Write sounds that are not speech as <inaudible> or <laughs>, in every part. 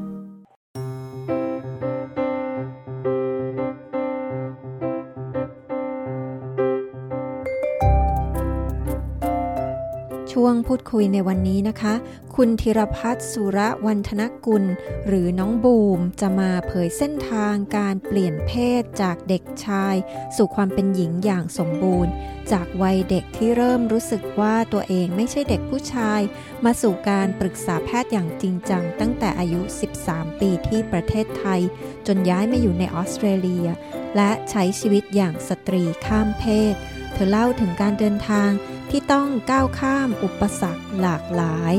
ช่วงพูดคุยในวันนี้นะคะ คุณธีรพัฒน์สุระวันธนกุล หรือน้องบูมจะมาเผยเส้นทางการเปลี่ยนเพศจากเด็กชาย สู่ความเป็นหญิงอย่างสมบูรณ์ จากวัยเด็กที่เริ่มรู้สึกว่าตัวเองไม่ใช่เด็กผู้ชาย มาสู่การปรึกษาแพทย์อย่างจริงจัง ตั้งแต่อายุ 13 ปีที่ประเทศไทย จนย้ายมาอยู่ในออสเตรเลีย และใช้ชีวิตอย่างสตรีข้ามเพศ เธอเล่าถึงการเดินทางที่ต้องก้าวข้ามอุปสรรคหลากหลาย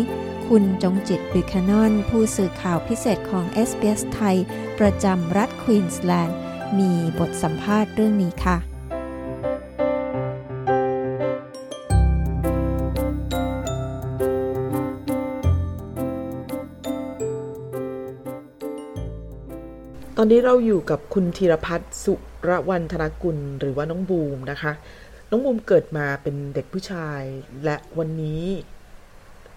คุณจงจิตบิคานอนผู้สื่อข่าวพิเศษของ SBS ไทย ประจำรัฐควีนส์แลนด์ มีบทสัมภาษณ์เรื่องนี้ค่ะ ตอนนี้เราอยู่กับคุณธีรพัฒน์สุรวันธนกุล หรือว่าน้องบูมนะคะ น้องบูมเกิดมาเป็นเด็กผู้ชาย และวันนี้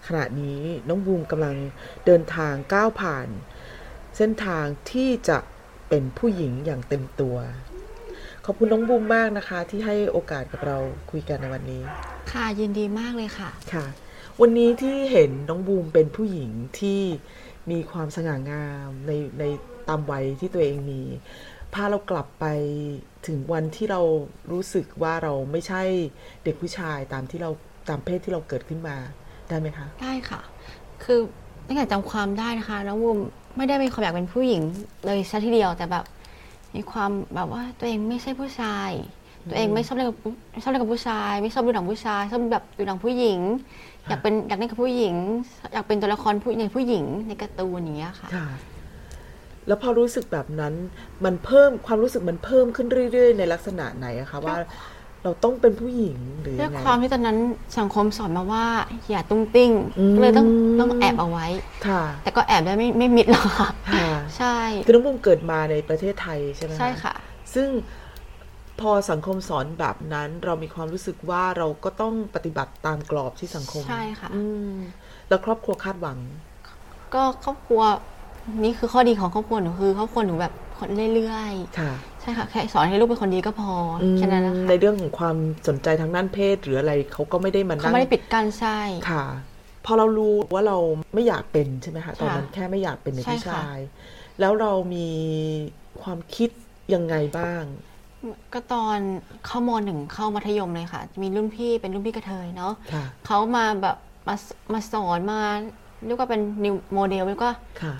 ขณะนี้น้องบูมกำลังเดินทางก้าวผ่าน เส้นทางที่จะเป็นผู้หญิงอย่างเต็มตัว ขอบคุณน้องบูมมากนะคะ ที่ให้โอกาสกับเราคุยกันในวันนี้ ค่ะยินดีมากเลยค่ะ ค่ะ วันนี้ที่เห็นน้องบูมเป็นผู้หญิงที่มีความสง่างามในในตามวัยที่ตัวเองมีพาเรากลับไปถึงวันที่เรารู้สึกว่าเราไม่ใช่เด็กผู้ชายตามที่เราตามเพศที่เราเกิดขึ้นมาได้ไหมคะ ได้ค่ะ คือตั้งแต่จำความได้นะคะน้องบูมไม่ได้เป็นความอยากเป็นผู้หญิงเลยซะทีเดียวแต่แบบมีความแบบว่าตัวเองไม่ใช่ผู้ชาย ตัวเองไม่ชอบเล่นกับผู้ไม่ชอบเล่นกับผู้ชาย ไม่ชอบดูหนังผู้ชายชอบดูแบบดูหนังผู้หญิง อยากเป็นอยากเล่นกับผู้หญิง อยากเป็นตัวละครผู้ในผู้หญิงในการ์ตูนอย่างเงี้ยค่ะ ค่ะ แล้วพอรู้สึกแบบนั้น มันเพิ่มความรู้สึกมันเพิ่มขึ้นเรื่อยๆ ในลักษณะไหนอะคะว่า เราต้องเป็นผู้หญิงหรือ ด้วย ยังไง ความที่ตอนนั้นสังคมสอนมาว่า อย่าตุ้งติ้ง อืม ก็เลยต้องต้องแอบเอาไว้ ค่ะ แต่ก็แอบได้ไม่ไม่มิดหรอกค่ะ <laughs> ค่ะ ใช่ คือน้องบุ้มเกิดมาในประเทศไทยใช่ไหม ใช่ค่ะ ซึ่งพอสังคมสอนแบบนั้น เรามีความรู้สึกว่าเราก็ต้องปฏิบัติตามกรอบที่สังคม ใช่ค่ะ อืมแล้วครอบครัวคาดหวัง ก็ครอบครัวนี่คือข้อดีของครอบครัวหนูคือครอบครัวหนูแบบคนเรื่อย ค่ะ ๆ ใช่ค่ะแค่สอนให้ลูกเป็นคนดีก็พออแค่นั้นนะ อืม คะ ในเรื่องของความสนใจทางด้านเพศหรืออะไรเขาก็ไม่ได้มา เขา นั่ง ไม่ได้ปิดกั้นใช่ ค่ะ พอเรารู้ว่าเราไม่อยากเป็นใช่ไหมคะตอนนั้น ค่ะ แค่ไม่อยากเป็นใน ใช่ ผู้ ค่ะ ชาย แล้วเรามีความคิดยังไงบ้าง ก็ตอนเข้ามหนึ่งเข้ามัธยมเลยค่ะ มีรุ่นพี่เป็นรุ่นพี่กระเทยเนาะ ค่ะ เขามาแบบมามาสอนมาเรียกว่าเป็นนิวโมเดลเรียกว่า ค่ะ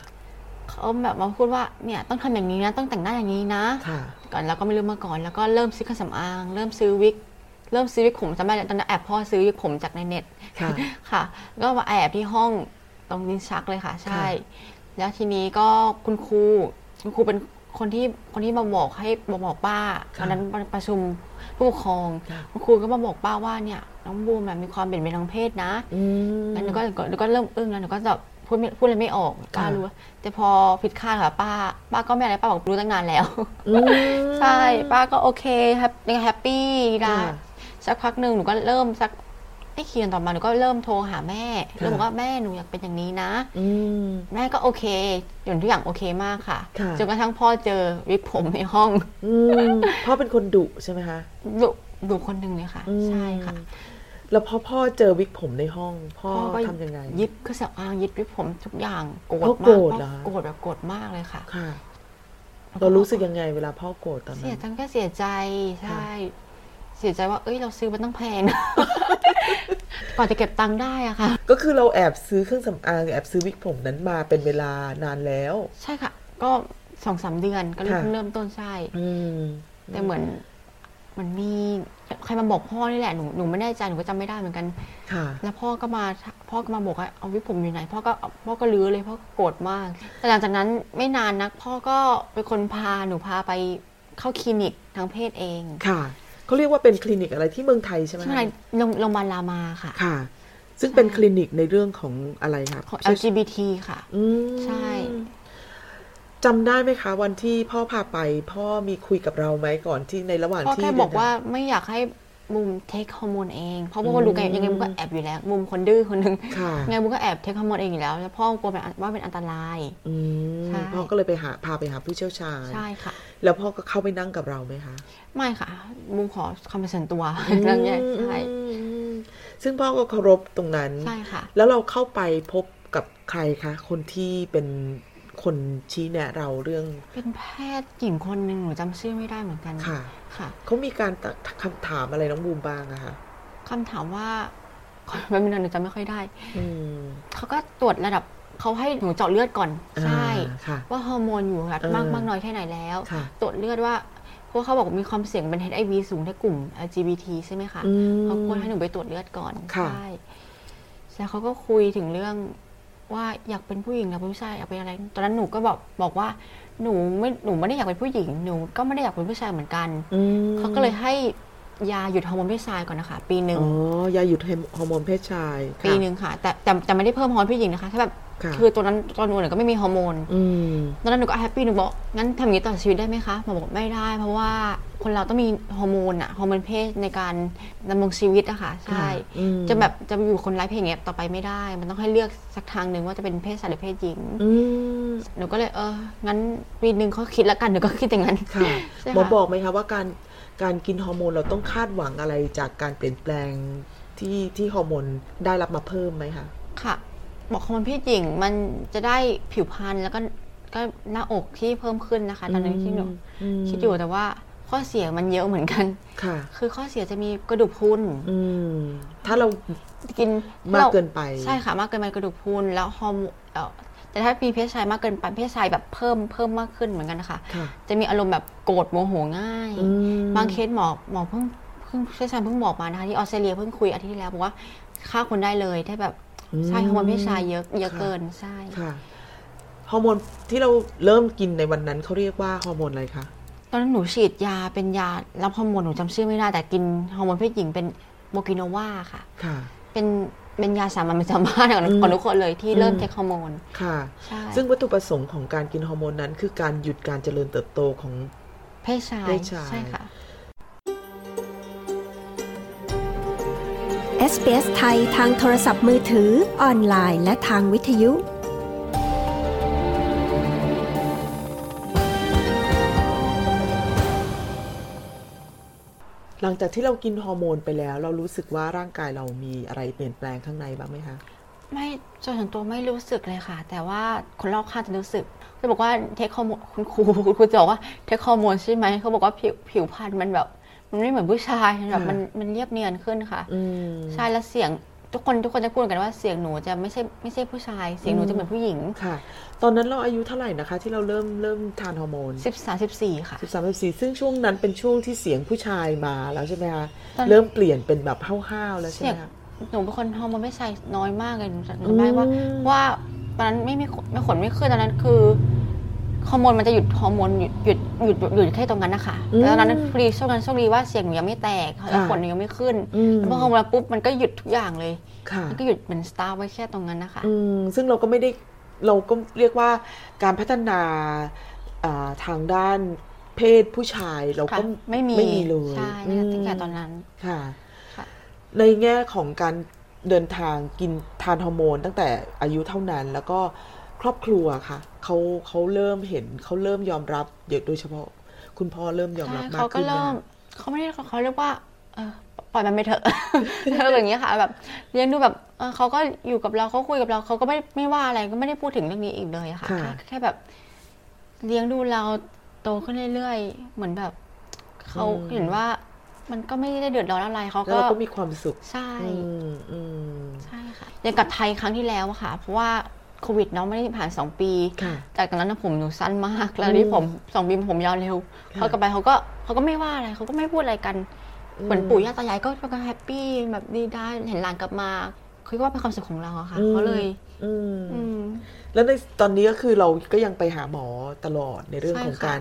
เขาแบบมาพูดว่าเนี่ยต้องทำอย่างนี้นะ ต้องแต่งหน้าอย่างนี้นะ ค่ะ ก่อนเราก็ไม่รู้มาก่อน แล้วก็เริ่มซื้อเครื่องสำอาง เริ่มซื้อวิก เริ่มซื้อวิกผมจำได้ตอนนั้นแอบพ่อซื้อวิกผมจากในเน็ต ค่ะ ค่ะก็มาแอบที่ห้องตรงลิ้นชักเลยค่ะ ใช่ ค่ะ แล้วทีนี้ก็คุณครูคุณครูเป็นคนที่คนที่มาบอกให้มาบอกป้าวันนั้นประชุมผู้ปกครอง ค่ะ คุณครูก็มาบอกป้าว่าเนี่ยน้องบูมแบบมีความเปลี่ยนแปลงทางเพศนะ อืม แล้วหนูก็หนูก็เริ่มอึ้งแล้วหนูก็แบบพูดไม่พูดอะไรไม่ออกป้า ค่ะ รู้ว่าแต่พอผิดคาดค่ะป้า ป้าก็ไม่อะไรป้าบอกรู้ตั้งนานแล้ว อืม ใช่ป้าก็โอเคแฮปยังแฮปปี้นะ ค่ะ สักพักหนึ่งหนูก็เริ่มสักไอ้เคียนต่อมาหนูก็เริ่มโทรหาแม่ ค่ะ เริ่มบอกว่าแม่หนูอยากเป็นอย่างนี้นะ อืม แม่ก็โอเคอย่างทุกอย่างโอเคมากค่ะ ค่ะ จนกระทั่งพ่อเจอวิกผมในห้อง อืมพ่อเป็นคนดุใช่ไหมคะ ดุดุคนหนึ่งเลยค่ะ อืม ใช่ค่ะ แล้วพอพ่อเจอวิกผมในห้อง พ่อ ก็ ทำยังไง ยึดเครื่องสำอางยึดวิกผมทุกอย่างโกรธ พ่อ มา โกรธกเหรอ พ่อโกรธแบบโกรธมากเลยค่ะ ค่ะ เรารู้สึกยังไงเวลาพ่อโกรธตอน เสี นั้ ย น จังก็เสียใจใช่ เสียใจว่าเอ้ยเราซื้อมันต้องแพง <laughs> ก่อนจะเก็บตังค์ได้อะค่ะ ก็คือเราแอบซื้อเครื่องสำอางแอบซื้อวิกผมนั้นมาเป็นเวลานานแล้ว ใช่ค่ะ ก็สองสามเดือนก็เริ่ม ค่ะ เริ่มต้นใช่ อืม แต่เหมือนเหมันมีใครมาบอกพ่อนี่แหละหนูหนูไม่แน่ใจหนูก็จำไม่ได้เหมือนกัน ค่ะ แล้วพ่อก็มาพ่อก็มาบอกว่าเอาวิกผมอยู่ไหนพ่อก็พ่อก็รื้อเลยพ่อก็โกรธมาก แต่หลังจากนั้นไม่นานนัก พ่อก็เป็นคนพาหนูพาไปเข้าคลินิกทางเพศเอง ค่ะเขาเรียกว่าเป็นคลินิกอะไรที่เมืองไทยใช่ไหม ที่ไหนโรงโรงพยาบาลรามาค่ะ ค่ะ ซึ่งเป็นคลินิกในเรื่องของอะไรคะ ของ LGBT ค่ะ อืม ใช่ จำได้ไหมคะ วันที่พ่อพาไป พ่อมีคุยกับเราไหมก่อนที่ในระหว่าง พ่อ ที่ แค่ เดิน บอก ทง ว่าไม่อยากให้ บูมเทคฮอร์โมนเอง เพราะบูมก็รู้ไงยังไงบูมก็แอบอยู่แล้วบูมคนดื้อคนหนึง ค่ะ ยังไงบูมก็แอบเทคฮอร์โมนเองอยู่แล้วแล้วพ่อกลัวเป็นอันว่าเป็นอันตราย อืม ใช่ พ่อก็เลยไปหาพาไปหาผู้เชี่ยวชาญ ใช่ค่ะ แล้วพ่อก็เข้าไปนั่งกับเราไหมคะ ไม่ค่ะบูมขอความเป็นส่วนตัวเรื่องใหญ่ใช่ อืมซึ่งพ่อก็เคารพตรงนั้น ใช่ค่ะ แล้วเราเข้าไปพบกับใครคะ คนที่เป็นคนชี้แนะเราเรื่อง เป็นแพทย์หญิงคนหนึ่งหนูจำชื่อไม่ได้เหมือนกัน ค่ะ ค่ะ เขามีการตะคำถามอะไรน้องบูมบ้างอะคะ คำถามว่า <laughs> ขอแป๊บนึงนะหนูจำไม่ค่อยได้ อืม เขาก็ตรวจระดับเขาให้หนูเจาะเลือดก่อน ใช่ อ่าค่ะ ว่าฮอร์โมนอยู่ระดับ เออ มากมากน้อยแค่ไหนแล้ว ค่ะ ตรวจเลือดว่าเพราะเขาบอกมีความเสี่ยงเป็น HIV สูงในกลุ่ม LGBT ใช่ไหมคะ อืม เขาควรให้หนูไปตรวจเลือดก่อน ค่ะ ใช่แล้วเขาก็คุยถึงเรื่องว่าอยากเป็นผู้หญิงหรือเป็นผู้ชายอยากเป็นอะไร ตอนนั้นหนูก็บอกบอกว่าหนูไม่หนูไม่ได้อยากเป็นผู้หญิงหนูก็ไม่ได้อยากเป็นผู้ชายเหมือนกัน อืม เขาก็เลยให้ยาหยุดฮอร์โมนเพศชายก่อนนะคะ ปีหนึ่ง อ๋อยาหยุดฮอร์โมนเพศชายค่ะ ปีหนึ่งค่ะ แต่แต่แต่ไม่ได้เพิ่มฮอร์โมนเพศหญิงนะคะแค่แบบ ค่ะ คือตอนนั้นตอนหนูเนี่ยก็ไม่มีฮอร์โมน อืม ตอนนั้นหนูก็แฮปปี้หนูบอกงั้นทำอย่างนี้ต่อดชีวิตได้ไหมคะหมอบอกไม่ได้ เพราะว่าคนเราต้องมีฮอร์โมนอะฮอร์โมนเพศในการดำรงชีวิตอะค่ะใช่ อืม จะแบบจะอยู่คนไร้เพศอย่างเงี้ยต่อไปไม่ได้ มันต้องให้เลือกสักทางหนึ่งว่าจะเป็นเพศชายหรือเพศหญิง อืม หนูก็เลยเอองั้นปีหนึ่งเขาคิดแล้วกันหนูก็คิดอย่างนั้น <laughs> ค่ะ ใช่ หมอ ค่ะ บอกไหมคะว่าการการกินฮอร์โมนเราต้องคาดหวังอะไรจากการเปลี่ยนแปลงที่ที่ฮอร์โมนได้รับมาเพิ่มไหมคะ ค่ะบอกคอมเพศหญิงมันจะได้ผิวพรรณแล้วก็ก็หน้าอกที่เพิ่มขึ้นนะคะ ตอนนั้นที่หนู อืม คิดอยู่แต่ว่าข้อเสียมันเยอะเหมือนกัน ค่ะ คือข้อเสียจะมีกระดูกพรุน อืม ถ้าเรา กิน มากเกินไป ใช่ค่ะ มากเกินไปกระดูกพรุนแล้วฮอร์โมนเอ่อแต่ถ้ามีเพศชายมากเกินไปเพศชายแบบเพิ่มเพิ่มมากขึ้นเหมือนกันนะคะ ค่ะ จะมีอารมณ์แบบโกรธโมโหง่าย อืม บางเคสหมอหมอเพิ่งเพิ่งเชี่ยวชาญเพิ่งบอกมานะคะที่ออสเตรเลียเพิ่งคุยอาทิตย์ที่แล้วบอกว่าฆ่าคนได้เลยถ้าแบบใช่ อืม ฮอร์โมนเพศชายเยอะเยอะ ค่ะ เกินใช่ ค่ะฮอร์โมนที่เราเริ่มกินในวันนั้นเขาเรียกว่าฮอร์โมนอะไรคะ ตอนนั้นหนูฉีดยาเป็นยารับฮอร์โมนหนูจำชื่อไม่ได้แต่กินฮอร์โมนเพศหญิงเป็นโมกิโนวาค่ะ ค่ะ เป็นเป็นยาสามัญประจำบ้านของของทุกคนเลยที่เริ่ม อืม เทคฮอร์โมน ค่ะ ใช่ ซึ่งวัตถุประสงค์ของการกินฮอร์โมนนั้น คือการหยุดการเจริญเติบโตของ เพศชาย เพศชาย ใช่ค่ะ SBS ไทยทางโทรศัพท์มือถือ ออนไลน์และทางวิทยุ หลังจากที่เรากินฮอร์โมนไปแล้ว เรารู้สึกว่าร่างกายเรามีอะไรเปลี่ยนแปลงข้างในบ้างไหมคะ ไม่ส่วนตัวไม่รู้สึกเลยค่ะ แต่ว่าคนรอบข้างจะรู้สึกจะบอกว่าเทคฮอร์โมนคุณครูคุณครูจะบอกว่าเทคฮอร์โมนใช่ไหมเขาบอกว่าผิวผิวพรรณมันแบบ มันไม่เหมือนผู้ชายมันแบบ ค่ะ มันมันเรียบเนียนขึ้นค่ะ อืม ใช่แล้วเสียงทุกคนทุกคนจะพูดกันว่าเสียงหนูจะไม่ใช่ไม่ใช่ผู้ชาย เสียงหนู อืม จะเหมือนผู้หญิง ค่ะ ตอนนั้นเราอายุเท่าไหร่นะคะ ที่เราเริ่มเริ่มทานฮอร์โมน สิบสามสิบสี่ค่ะ สิบสามสิบสี่ซึ่งช่วงนั้นเป็นช่วงที่เสียงผู้ชายมาแล้วใช่ไหมคะ ตอน เริ่มเปลี่ยนเป็นแบบห้าวๆแล้วใช่ เสี ไหมยง คะ หนูเป็นคนฮอร์โมนไม่ใช่น้อยมากเลยหนูจำหนู อืม ได้ว่าว่าตอนนั้นไม่มีขนไม่ขนไม่ขึ้นตอนนั้นคือฮอร์โมนมันจะหยุดฮอร์โมนหยุดหยุดหยุดหยุดแค่ตรงนั้นนะคะแล้วตอนนั้นพอดีช่วงนั้นโชคดีว่าเสียงหนูยังไม่แตกแล้วขนหนูยังไม่ขึ้น อืม แล้วพอฮอร์โมนปุ๊บมันก็หยุดทุกอย่างเลย ค่ะ มันก็หยุดเหมือนสตาร์ไว้แค่ตรงนั้นนะคะ อืมซึ่งเราก็ไม่ได้เราก็เรียกว่าการพัฒนาอ่าทางด้านเพศผู้ชายเรา ค่ะ ก็ ไม่มี ไม่มีเลย ใช่ อืม ตั้งแต่ตอนนั้น ค่ะ ค่ะ ในแง่ของการเดินทางกินทานฮอร์โมน ตั้งแต่อายุเท่านั้น แล้วก็ครอบครัวค่ะเขาเขาเริ่มเห็นเขาเริ่มยอมรับเยอะโดยเฉพาะ คุณพ่อเริ่มยอมรับ ใช่ มาก เขาก็ ขึ้น เริ่ม นะ เขาไม่ได้เขาเรียกว่าเออปล่อยมันไปเถอะ <laughs> อะไรอย่างเงี้ยค่ะ แบบเลี้ยงดูแบบเออเขาก็อยู่กับเราเขาคุยกับเราเขาก็ไม่ไม่ว่าอะไรก็ไม่ได้พูดถึงเรื่องนี้อีกเลยอะค่ะแค่แค่แบบ เลี้ยงดูเราโตขึ้นเรื่อยๆเหมือนแบบเขาเห็นว่า มันก็ไม่ได้เดือดร้อนอะไรเขา แล้ว ก็ เราก็มีความสุข ใช่ อืมอืม ใช่ค่ะอย่างกับไทยครั้งที่แล้วอะค่ะ เพราะว่าโควิดเนาะไม่ได้ผ่านสองปี ค่ะ จากตอนนั้นนะผมหนูสั้นมาก แล้ว อืม นี่ผมสองบีมผมยาวเร็ว ค่ะ เขากลับไปเขาก็เขาก็ไม่ว่าอะไรเขาก็ไม่พูดอะไรกัน อืม เหมือนปู่ย่าตายายก็ก็แฮปปี้แบบดีได้เห็นหลานกลับมาเขาก็ว่าเป็นความสุขของเราอะค่ะเขาเลย อืม อืม แล้วในตอนนี้ก็คือเราก็ยังไปหาหมอตลอดในเรื่อง ใช่ ของ ค่ะ การ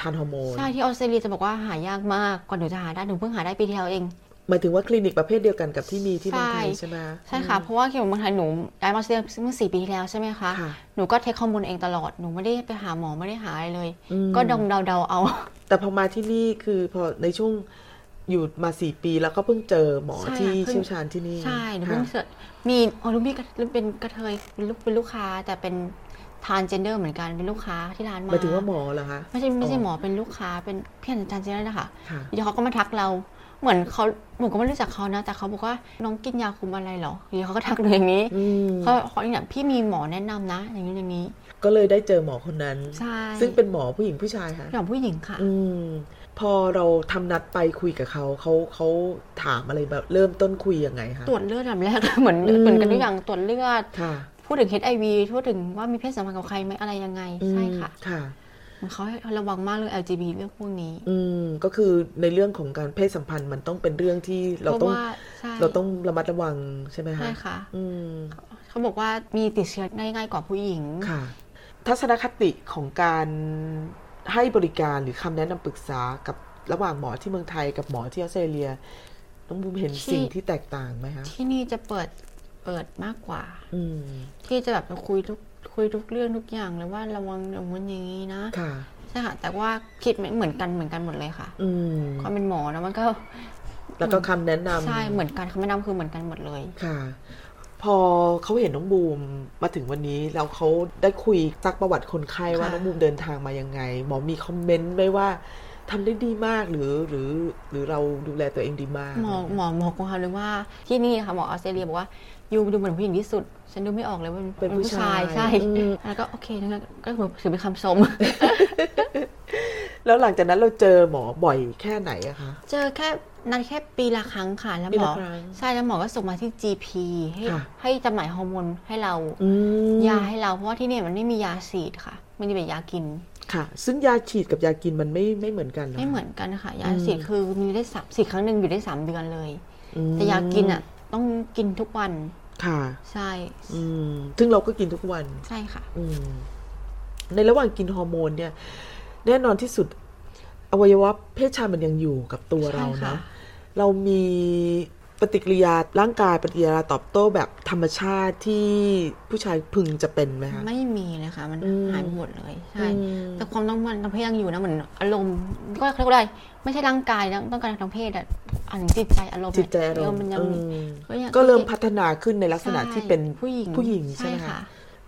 ทานฮอร์โมน ใช่ที่ออสเตรเลียจะบอกว่าหายากมากกว่าหนูจะหาได้หนูเพิ่งหาได้ปีเดียวเอง หมายถึงว่าคลินิกประเภทเดียวกันกับที่มีที่เมืองไทย ใช่ ใช่ไหม ใช่ค่ะเพราะว่าเกี่ยวกับเมืองไทยหนูย้ายมาออสเตรเลียเมื่อสี่ปีที่แล้วใช่ไหมคะ ค่ะ หนูก็เทคข้อมูลเองตลอดหนูไม่ได้ไปหาหมอไม่ได้หาอะไรเลย อืม ก็ดองเดาๆเอา แต่พอมาที่นี่คือพอในช่วง อยู่มาสี่ปีแล้วก็เพิ่งเจอหมอ ใช่ค่ะ ที่ เพิ่ง เชี่ยวชาญที่นี่ ใช่หนู ค่ะ เพิ่งเสิร์ชมีอ๋อลูกพี่กระเป็นกระเทยเป็นลูกเป็นลูกค้า แต่เป็นทานเจนเดอร์เหมือนกันเป็นลูกค้าที่ร้าน ห มา มายถึงว่าหมอเหรอคะ ไม่ใช่ไม่ใช่ อ๋อ หมอเป็นลูกค้าเป็นเพี่อนอาจารย์เจนนี่นะคะ ค่ะ เดี๋ยวเขาก็มาทักเรา เหมือนเขาหนูก็ไม่รู้จักเขานะ แต่เขาบอกว่าน้องกินยาคุมอะไรเหรอเดี๋ยวเขาก็ทักหนูอย่างนี้ อืม เขาเขาอย่างพี่มีหมอแนะนำนะ อย่างนี้อย่างนี้ ก็เลยได้เจอหมอคนนั้น ใช่ ซึ่งเป็นหมอผู้หญิงผู้ชายคะ อย่างผู้หญิงค่ะ อืม พอเราทำนัดไปคุยกับเขาเขาเขาถามอะไรแบบ เริ่มต้นคุยยังไงคะ ตรวจเลือดลำแรก <laughs> เหมือน อืม เหมือนกันทุกอย่างตรวจเลือด ค่ะ พูดถึง HIV พูดถึงว่ามีเพศสัมพันธ์กับใครไหมอะไรยังไง อืม ใช่ค่ะ ค่ะ เหมือนเขาให้ระวังมากเรื่อง LGBT เรื่องพวกนี้ อืมก็คือในเรื่องของการเพศสัมพันธ์มันต้องเป็นเรื่องที่เรา เพ ต้องราะว่าใช่ เราต้องระมัดระวังใช่ไหมคะ ใช่ค่ะ อืม เขาบอกว่ามีติดเชื้อได้ง่ายกว่าผู้หญิง ค่ะ ทัศนคติของการให้บริการหรือคำแนะนำปรึกษากับระหว่างหมอที่เมืองไทยกับหมอที่ออสเตรเลียน้องบูมเห็น ที่ สิ่งที่แตกต่างไหมคะ ที่นี่จะเปิดเปิดมากกว่า อืม ที่จะแบบคุยทุกคุยทุกเรื่องทุกอย่างเลยว่าระวังอย่างนู้นอย่างนี้นะ ค่ะ ใช่ค่ะแต่ว่าคิดเหมือนกันเหมือนกันหมดเลยค่ะ อืม ความเป็นหมอนะมันก็ แล้วก็คำแนะนำ ใช่เหมือนกันคำแนะนำคือเหมือนกันหมดเลย ค่ะ พอเขาเห็นน้องบูมมาถึงวันนี้แล้วเขาได้คุยซักประวัติคนไข้ว่าน้องบูมเดินทางมายังไง หมอมีคอมเมนต์ไหมว่าทำได้ดีมากหรือหรือ หรือเราดูแลตัวเองดีมาก หมอหมอหมอของเขาเลยว่าที่นี่ค่ะหมอออสเตรเลียบอกว่ายูดูเหมือนผู้หญิงที่สุด ฉันดูไม่ออกเลยว่า เป็นผู้ชาย ใช่ อืม แล้วก็โอเคงั้นก็ถือเป็นคำชม แล้วหลังจากนั้นเราเจอหมอบ่อยแค่ไหนอะคะ <laughs> เจอแค่นัดแค่ปีละครั้งค่ะแล้ว ปี หม ละ อ ครั้ง ใช่แล้วหมอก็ส่งมาที่ GP ให้ ค่ะ ให้จำหน่ายฮอร์โมนให้เรา อืม ยาให้เราเพราะว่าที่เนี่ยมันไม่มียาฉีดค่ะมันจะเป็นยากิน ค่ะ ซึ่งยาฉีดกับยากินมันไม่ไม่เหมือนกันรคะ ไม่เหมือนกันค่ะ ยา อืม ฉีดคือมีได้สามฉีดครั้งหนึ่งอยู่ได้สามเดือนเลย อืม แต่ยากินอ่ะ ต้องกินทุกวัน ค่ะ ใช่ อืมซึ่งเราก็กินทุกวัน ใช่ค่ะ อืมในระหว่างกินฮอร์โมนเนี่ย แน่นอนที่สุด อวัยวะเพศชายมันยังอยู่กับตัวเรา ใช่ค่ะ นะเรามีปฏิกิริยาร่างกายปฏิกิริยาตอบโต้แบบธรรมชาติที่ผู้ชายพึงจะเป็นไหมคะ ไม่มีเลยค่ะ มัน อืม หายไปหมดเลยใช่ อืม แต่ความต้องการทางเพศยังอยู่นะเหมือนอารมณ์ก็เรียกว่าอะไรไม่ใช่ร่างกายนะต้องการทางเพศอ่ะอันจิตใจอารมณ์ จิตใจอารมณ์ มันยัง อื มี ม ก็ยัง ก็เริ่มพัฒนาขึ้นในลักษณะที่เป็น ใช่ผู้หญิง ผู้หญิงใช่ไหมคะ ค่ะ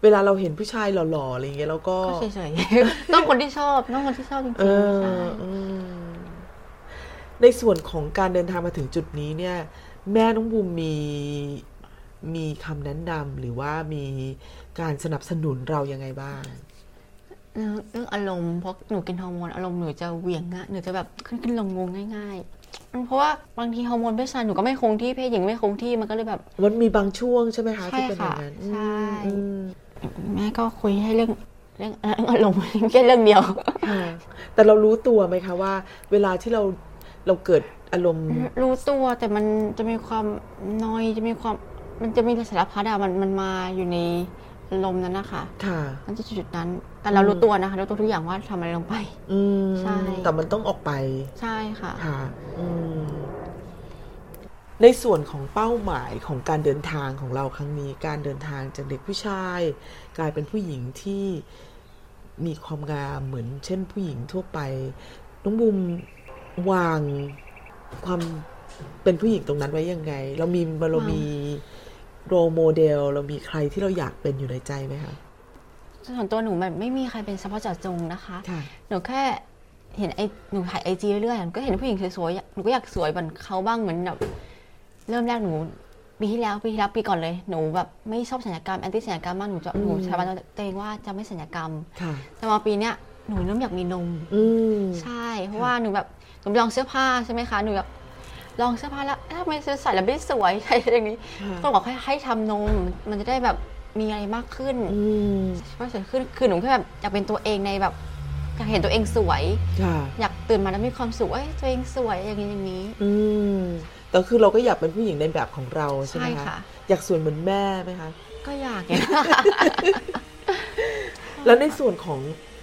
เวลาเราเห็นผู้ชายหล่อๆอะไรอย่างเงี้ยเราก็ ก็เฉยๆ <laughs> ต้องคนที่ชอบต้องคนที่ชอบจริง เอ ๆ อ ใช่ อืมในส่วนของการเดินทางมาถึงจุดนี้เนี่ย แม่น้องบูมมีมีคำแนะนำหรือว่ามีการสนับสนุนเรายังไงบ้าง เรื่องเรื่องอารมณ์เพราะหนูกินฮอร์โมนอารมณ์หนูจะเหวี่ยงง่ายหนูจะแบบขึ้นขึ้นลงลงง่ายๆมันเพราะว่าบางทีฮอร์โมนเพศชายหนูก็ไม่คงที่เพศหญิงไม่คงที่มันก็เลยแบบ มันมีบางช่วงใช่ไหมคะ ใช่ ที่เป็นอย่างนั้น ค่ะใช่ อืม แม่ก็คุยให้เรื่องเรื่องเรื่องอารมณ์ <laughs> แค่เรื่องเดียว อืมค่ะแต่เรารู้ตัวไหมคะว่า เวลาที่เราเราเกิดอารมณ์ รู้ตัวแต่มันจะมีความนอยจะมีความมันจะมีสารพัดอะมันมันมาอยู่ในอารมณ์นั้นนะคะ ค่ะ มันจะจุดๆนั้น แต่เรารู้ตัวนะคะรู้ตัวทุกอย่างว่าทำอะไรลงไป อืม ใช่ แต่มันต้องออกไป ใช่ค่ะ ค่ะอืมในส่วนของเป้าหมายของการเดินทางของเราครั้งนี้ การเดินทางจากเด็กผู้ชาย กลายเป็นผู้หญิงที่มีความงามเหมือนเช่นผู้หญิงทั่วไป น้องบุมวางความเป็นผู้หญิงตรงนั้นไว้ยังไง เรามีเรามีโรโมเดล เรามีใครที่เราอยากเป็นอยู่ในใจไหมคะ ส่วนตัวหนูแบบไม่มีใครเป็นเฉพาะเจาะจงนะคะ ค่ะ หนูแค่เห็นไอหนูถ่ายไอจีเรื่อยๆหนูก็เห็นผู้หญิงสวยๆ หนูก็อยากสวยเหมือนเขาบ้างเหมือนแบบเริ่มแรกหนูปีที่แล้วปีที่แล้วปีก่อนเลย หนูแบบไม่ชอบสัญญกรรมแอนตี้สัญญกรรมมากหนูจะ อืม หนูใช้วันตัวเองว่าจะไม่สัญญกรรม ค่ะ แต่มาปีเนี้ยหนูเริ่มอยากมีนม อืม ใช่ เพราะว่าหนูแบบหนูลองเสื้อผ้าใช่ไหมคะหนูแบบลองเสื้อผ้าแล้วเอ๊ะทำไมใส่แล้วไม่สวยอะไรอย่างนี้ ค่ะ ก็บอกให้ให้ทำนม มันจะได้แบบมีอะไรมากขึ้น อืม ว่าสวยขึ้นคือหนูแค่แบบอยากเป็นตัวเองในแบบอยากเห็นตัวเองสวย ค่ะ อยากตื่นมาแล้วมีความสุขเอ้ยตัวเองสวยอย่างนี้อย่างนี้ อืมแต่คือเราก็อยากเป็นผู้หญิงในแบบของเราใช่ไหม ใช่ คะ ค่ะ อยากสวยเหมือนแม่ไหมคะ ก็อยากเนี่ย แล้วในส่วนของ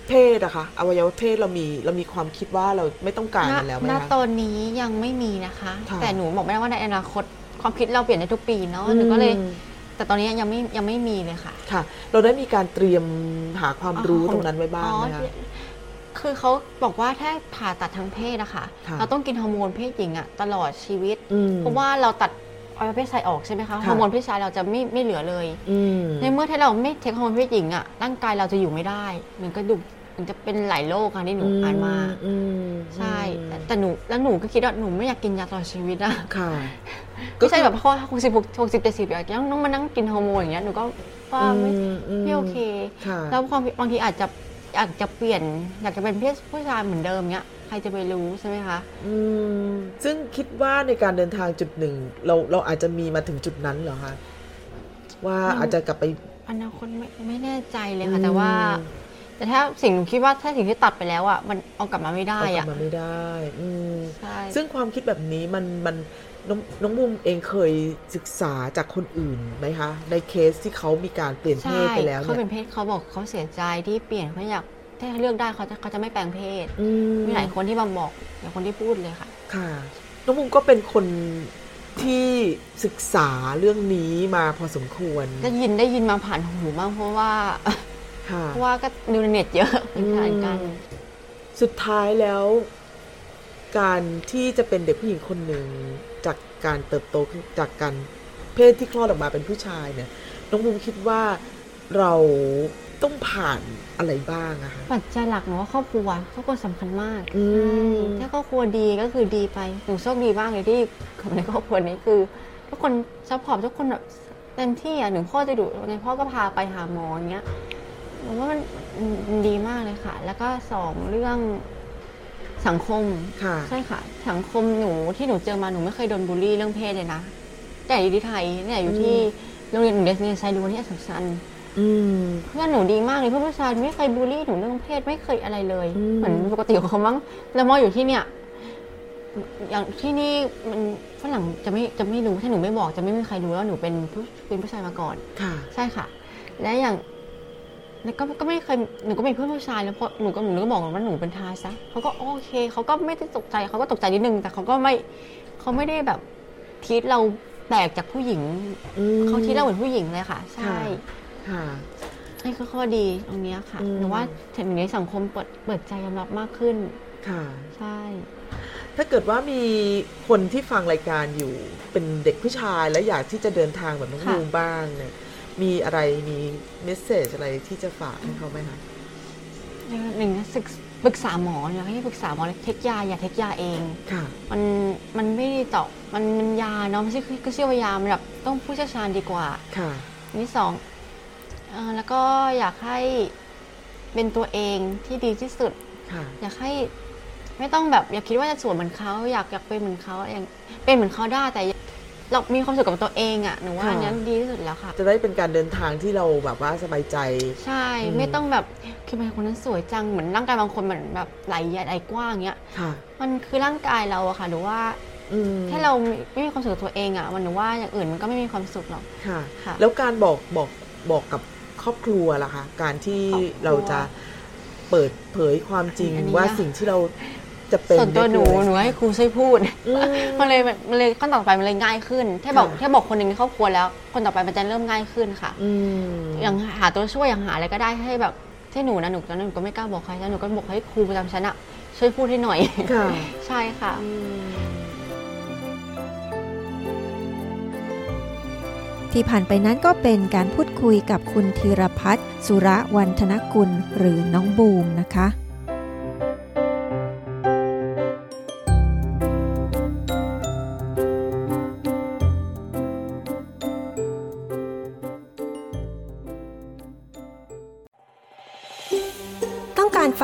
เพศอะคะอวัยวะเพศเรามีเรามีความคิดว่าเราไม่ต้องการมันแล้วไหม ณณ คะ ตอนนี้ยังไม่มีนะคะ ค่ะ แต่หนูบอกไม่ได้ว่าในอนาคตความคิดเราเปลี่ยนได้ทุกปีเนาะหนูก็เลย อืม แต่ตอนนี้ยังไม่ยังไม่มีเลยค่ะ ค่ะ เราได้มีการเตรียมหาความรู้ตรงนั้นไว้บ้าง อ๋อ ไหมคะ เค คือเขาบอกว่าถ้าผ่าตัดทางเพศนะคะ ค่ะ เราต้องกินฮอร์โมนเพศหญิงอะตลอดชีวิต อืม เพราะว่าเราตัดอวัยวะเพศชายออกใช่ไหมคะ ค่ะ ฮอร์โมนเพศชายเราจะไม่ไม่เหลือเลย อืม ในเมื่อที่เราไม่เทคฮอร์โมนเพศหญิงอะร่างกายเราจะอยู่ไม่ได้เหมันกระดูกมันจะเป็นหลายโรคอะที่หนูอ่านมา อืม ใช่แต่แต่หนูแล้วหนูก็คิดว่าหนูไม่อยากกินยาตลอดชีวิตอะ ค่ะ ไม่ใช่แบบพอหกสิบหกสิบเจ็ดสิบอยากยังต้องมานั่งกินฮอร์โมนอย่างเงี้ยหนูก็ว่าไม่ อื ไม่โอเค ค่ะ แล้วความบางทีอาจจะอยากจะเปลี่ยนอยากจะเป็นเพศผู้ชายเหมือนเดิมเนี้ยใครจะไปรู้ใช่ไหมคะ อืมซึ่งคิดว่าในการเดินทางจุดหนึ่ง เราเราอาจจะมีมาถึงจุดนั้นเหรอคะว่า อืม อาจจะกลับไป อนาคตไม่ไม่แน่ใจเลย อื ค่ะ ม แต่ว่า แต่ถ้าสิ่งหนูคิดว่าถ้าสิ่งที่ตัดไปแล้วอ่ะมันเอากลับมาไม่ได้ เอากลั อ่ะ บมาไม่ได้อืม ใช่ ซึ่งความคิดแบบนี้มันมันน้องน้องมุมเองเคยศึกษาจากคนอื่นไหมคะ ในเคสที่เขามีการเปลี่ยนเพ ใช่ ศไปแล้ว เขาเนี่เป็ย นเพศเขาบอกเขาเสียใจที่เปลี่ยนเขาอยากถ้าเลือกได้เขาจะเขาจะไม่แปลงเพศ อืม มีหลายคนที่มาบอกหลายคนที่พูดเลยค่ะ ค่ะ น้องมุมก็เป็นคนที่ศึกษาเรื่องนี้มาพอสมควร ได้ยินได้ยินมาผ่านหูบ้างเพราะว่า ค่ะ เพราะว่าก็ดูในเน็ตเยอะเหมือนกัน อืม สุดท้ายแล้ว การที่จะเป็นเด็กผู้หญิงคนหนึ่งจากการเติบโตขึ้นจากการเพศที่คลอดออกมาเป็นผู้ชายเนี่ย น้องมุมคิดว่าเราต้องผ่านอะไรบ้างอะคะ ปัจจัยหลักหนูว่าครอบครัวครอบครัวสำคัญมาก อืม ใช่ถ้าครอบครัวดีก็คือดีไปหนูโชคดีมากเลยที่ <laughs> ในครอบครัวนี้คือ ทุกคนซัพพอร์ตทุกคนแบบเต็มที่อ่ะหนึ่งพ่อจะดูไงพ่อก็พาไปหาหมออย่างเงี้ยหนูว่ามันมันดีมากเลยค่ะ แล้วก็สองเรื่องสังคม ค่ะ ใช่ค่ะ สังคมหนูที่หนูเจอมาหนูไม่เคยโดนบูลลี่เรื่องเพศเลยนะแต่อยู่ที่ไทยเนี่ยอยู่ที่โรงเรียนหนูเรียนชายล้วนที่อัสสัมชัญ อืม เพื่อนหนูดีมากเลยเพื่อนผู้ชายไม่เคยบูลลี่หนูเรื่องเพศไม่เคยอะไรเลย อืม เหมือนปกติของเขามั้งแล้วมออยู่ที่เนี่ย อย่างที่นี่มันฝรั่งจะไม่จะไม่รู้ถ้าหนูไม่บอกจะไม่มีใครรู้ว่าหนูเป็นผู้เป็นผู้ชายมาก่อน ค่ะ ใช่ค่ะ และอย่างแล้วก็ก็ไม่เคยหนูก็มีเพื่อนผู้ชายแล้วพอหนูก็หนูก็บอกว่าหนูเป็นทาซะเขาก็โอเคเขาก็ไม่ได้ตกใจเขาก็ตกใจนิดนึง แต่เขาก็ไม่เขาไม่ได้แบบทีเราแปลกจากผู้หญิง อืม เขาทีเราเหมือนผู้หญิงเลยค่ะ ใช่ ค่ะ ค่ะ นี่คือข้อดีตรงเนี้ยค่ะ อืม หนูว่าเห็นอยู่ในสังคมเปิดเปิดใจยอมรับมากขึ้น ค่ะ ใช่ ถ้าเกิดว่ามีคนที่ฟังรายการอยู่เป็นเด็กผู้ชายและอยากที่จะเดินทางแบบน้องบูมบ้างเนี่ย มีอะไรมีเมสเซจอะไรที่จะฝากให้เขาไหมคะ หนึ่งนะศึกปรึกษาหมออยากให้ปรึกษาหมอเลยเทคยาอย่าเทคยาเอง ค่ะ มันมันไม่ได้ตอบมันมันยาเนาะไม่ใช่ก็เชื่อว่ายามันแบบต้องผู้เชี่ยวชาญดีกว่า ค่ะ อันที่สองเอ่อแล้วก็อยากให้เป็นตัวเองที่ดีที่สุด ค่ะ อยากให้ไม่ต้องแบบ อยากคิดว่าจะสวยเหมือนเขาอยากอยากเป็นเหมือนเขาอยากเป็นเหมือนเขาได้แต่ เรามีความสุขกับตัวเองอะหนูว่า ค่ะ อันนั้นดีที่สุดแล้วค่ะ จะได้เป็นการเดินทางที่เราแบบว่าสบายใจ ใช่ อืม ไม่ต้องแบบคือเป็นคนนั้นสวยจังเหมือนร่างกายบางคนเหมือนแบบไหลใหญ่ไหลกว้างเงี้ย ค่ะ มันคือร่างกายเราอะค่ะ หรือว่า อืม ถ้าเราไม่ไม่มีความสุขกับตัวเองอะมันหนูว่าอย่างอื่นมันก็ไม่มีความสุขหรอก ค่ะ ค่ะ แล้วการบอกบอกบอกกับครอบครัวล่ะคะ การที่ ครอบครัว เราจะเปิดเผยความจริง อันนี้ ว่า นะ สิ่งที่เราจะเป็น ส่วนตัวหนู ได้คือ หนูให้ครูช่วยพูด อืม มันเลยแบบมันเลยขั้นต่อไปมันเลยง่ายขึ้น ถ้าบอก ค่ะ ถ้าบอกคนหนึ่งในครอบครัวแล้ว คนต่อไปมันจะเริ่มง่ายขึ้นค่ะ อืม อย่างหาตัวช่วยอย่างหาอะไรก็ได้ให้แบบที่หนูนะหนูตอนนั้นหนูก็ไม่กล้าบอกใครนะหนูก็บอกให้ครูประจำชั้นอะช่วยพูดให้หน่อย ค่ะ ใช่ค่ะ ที่ผ่านไปนั้นก็เป็นการพูดคุยกับคุณธีรพัฒน์สุระวันธนกุล หรือน้องบูมนะคะ ต้องการฟ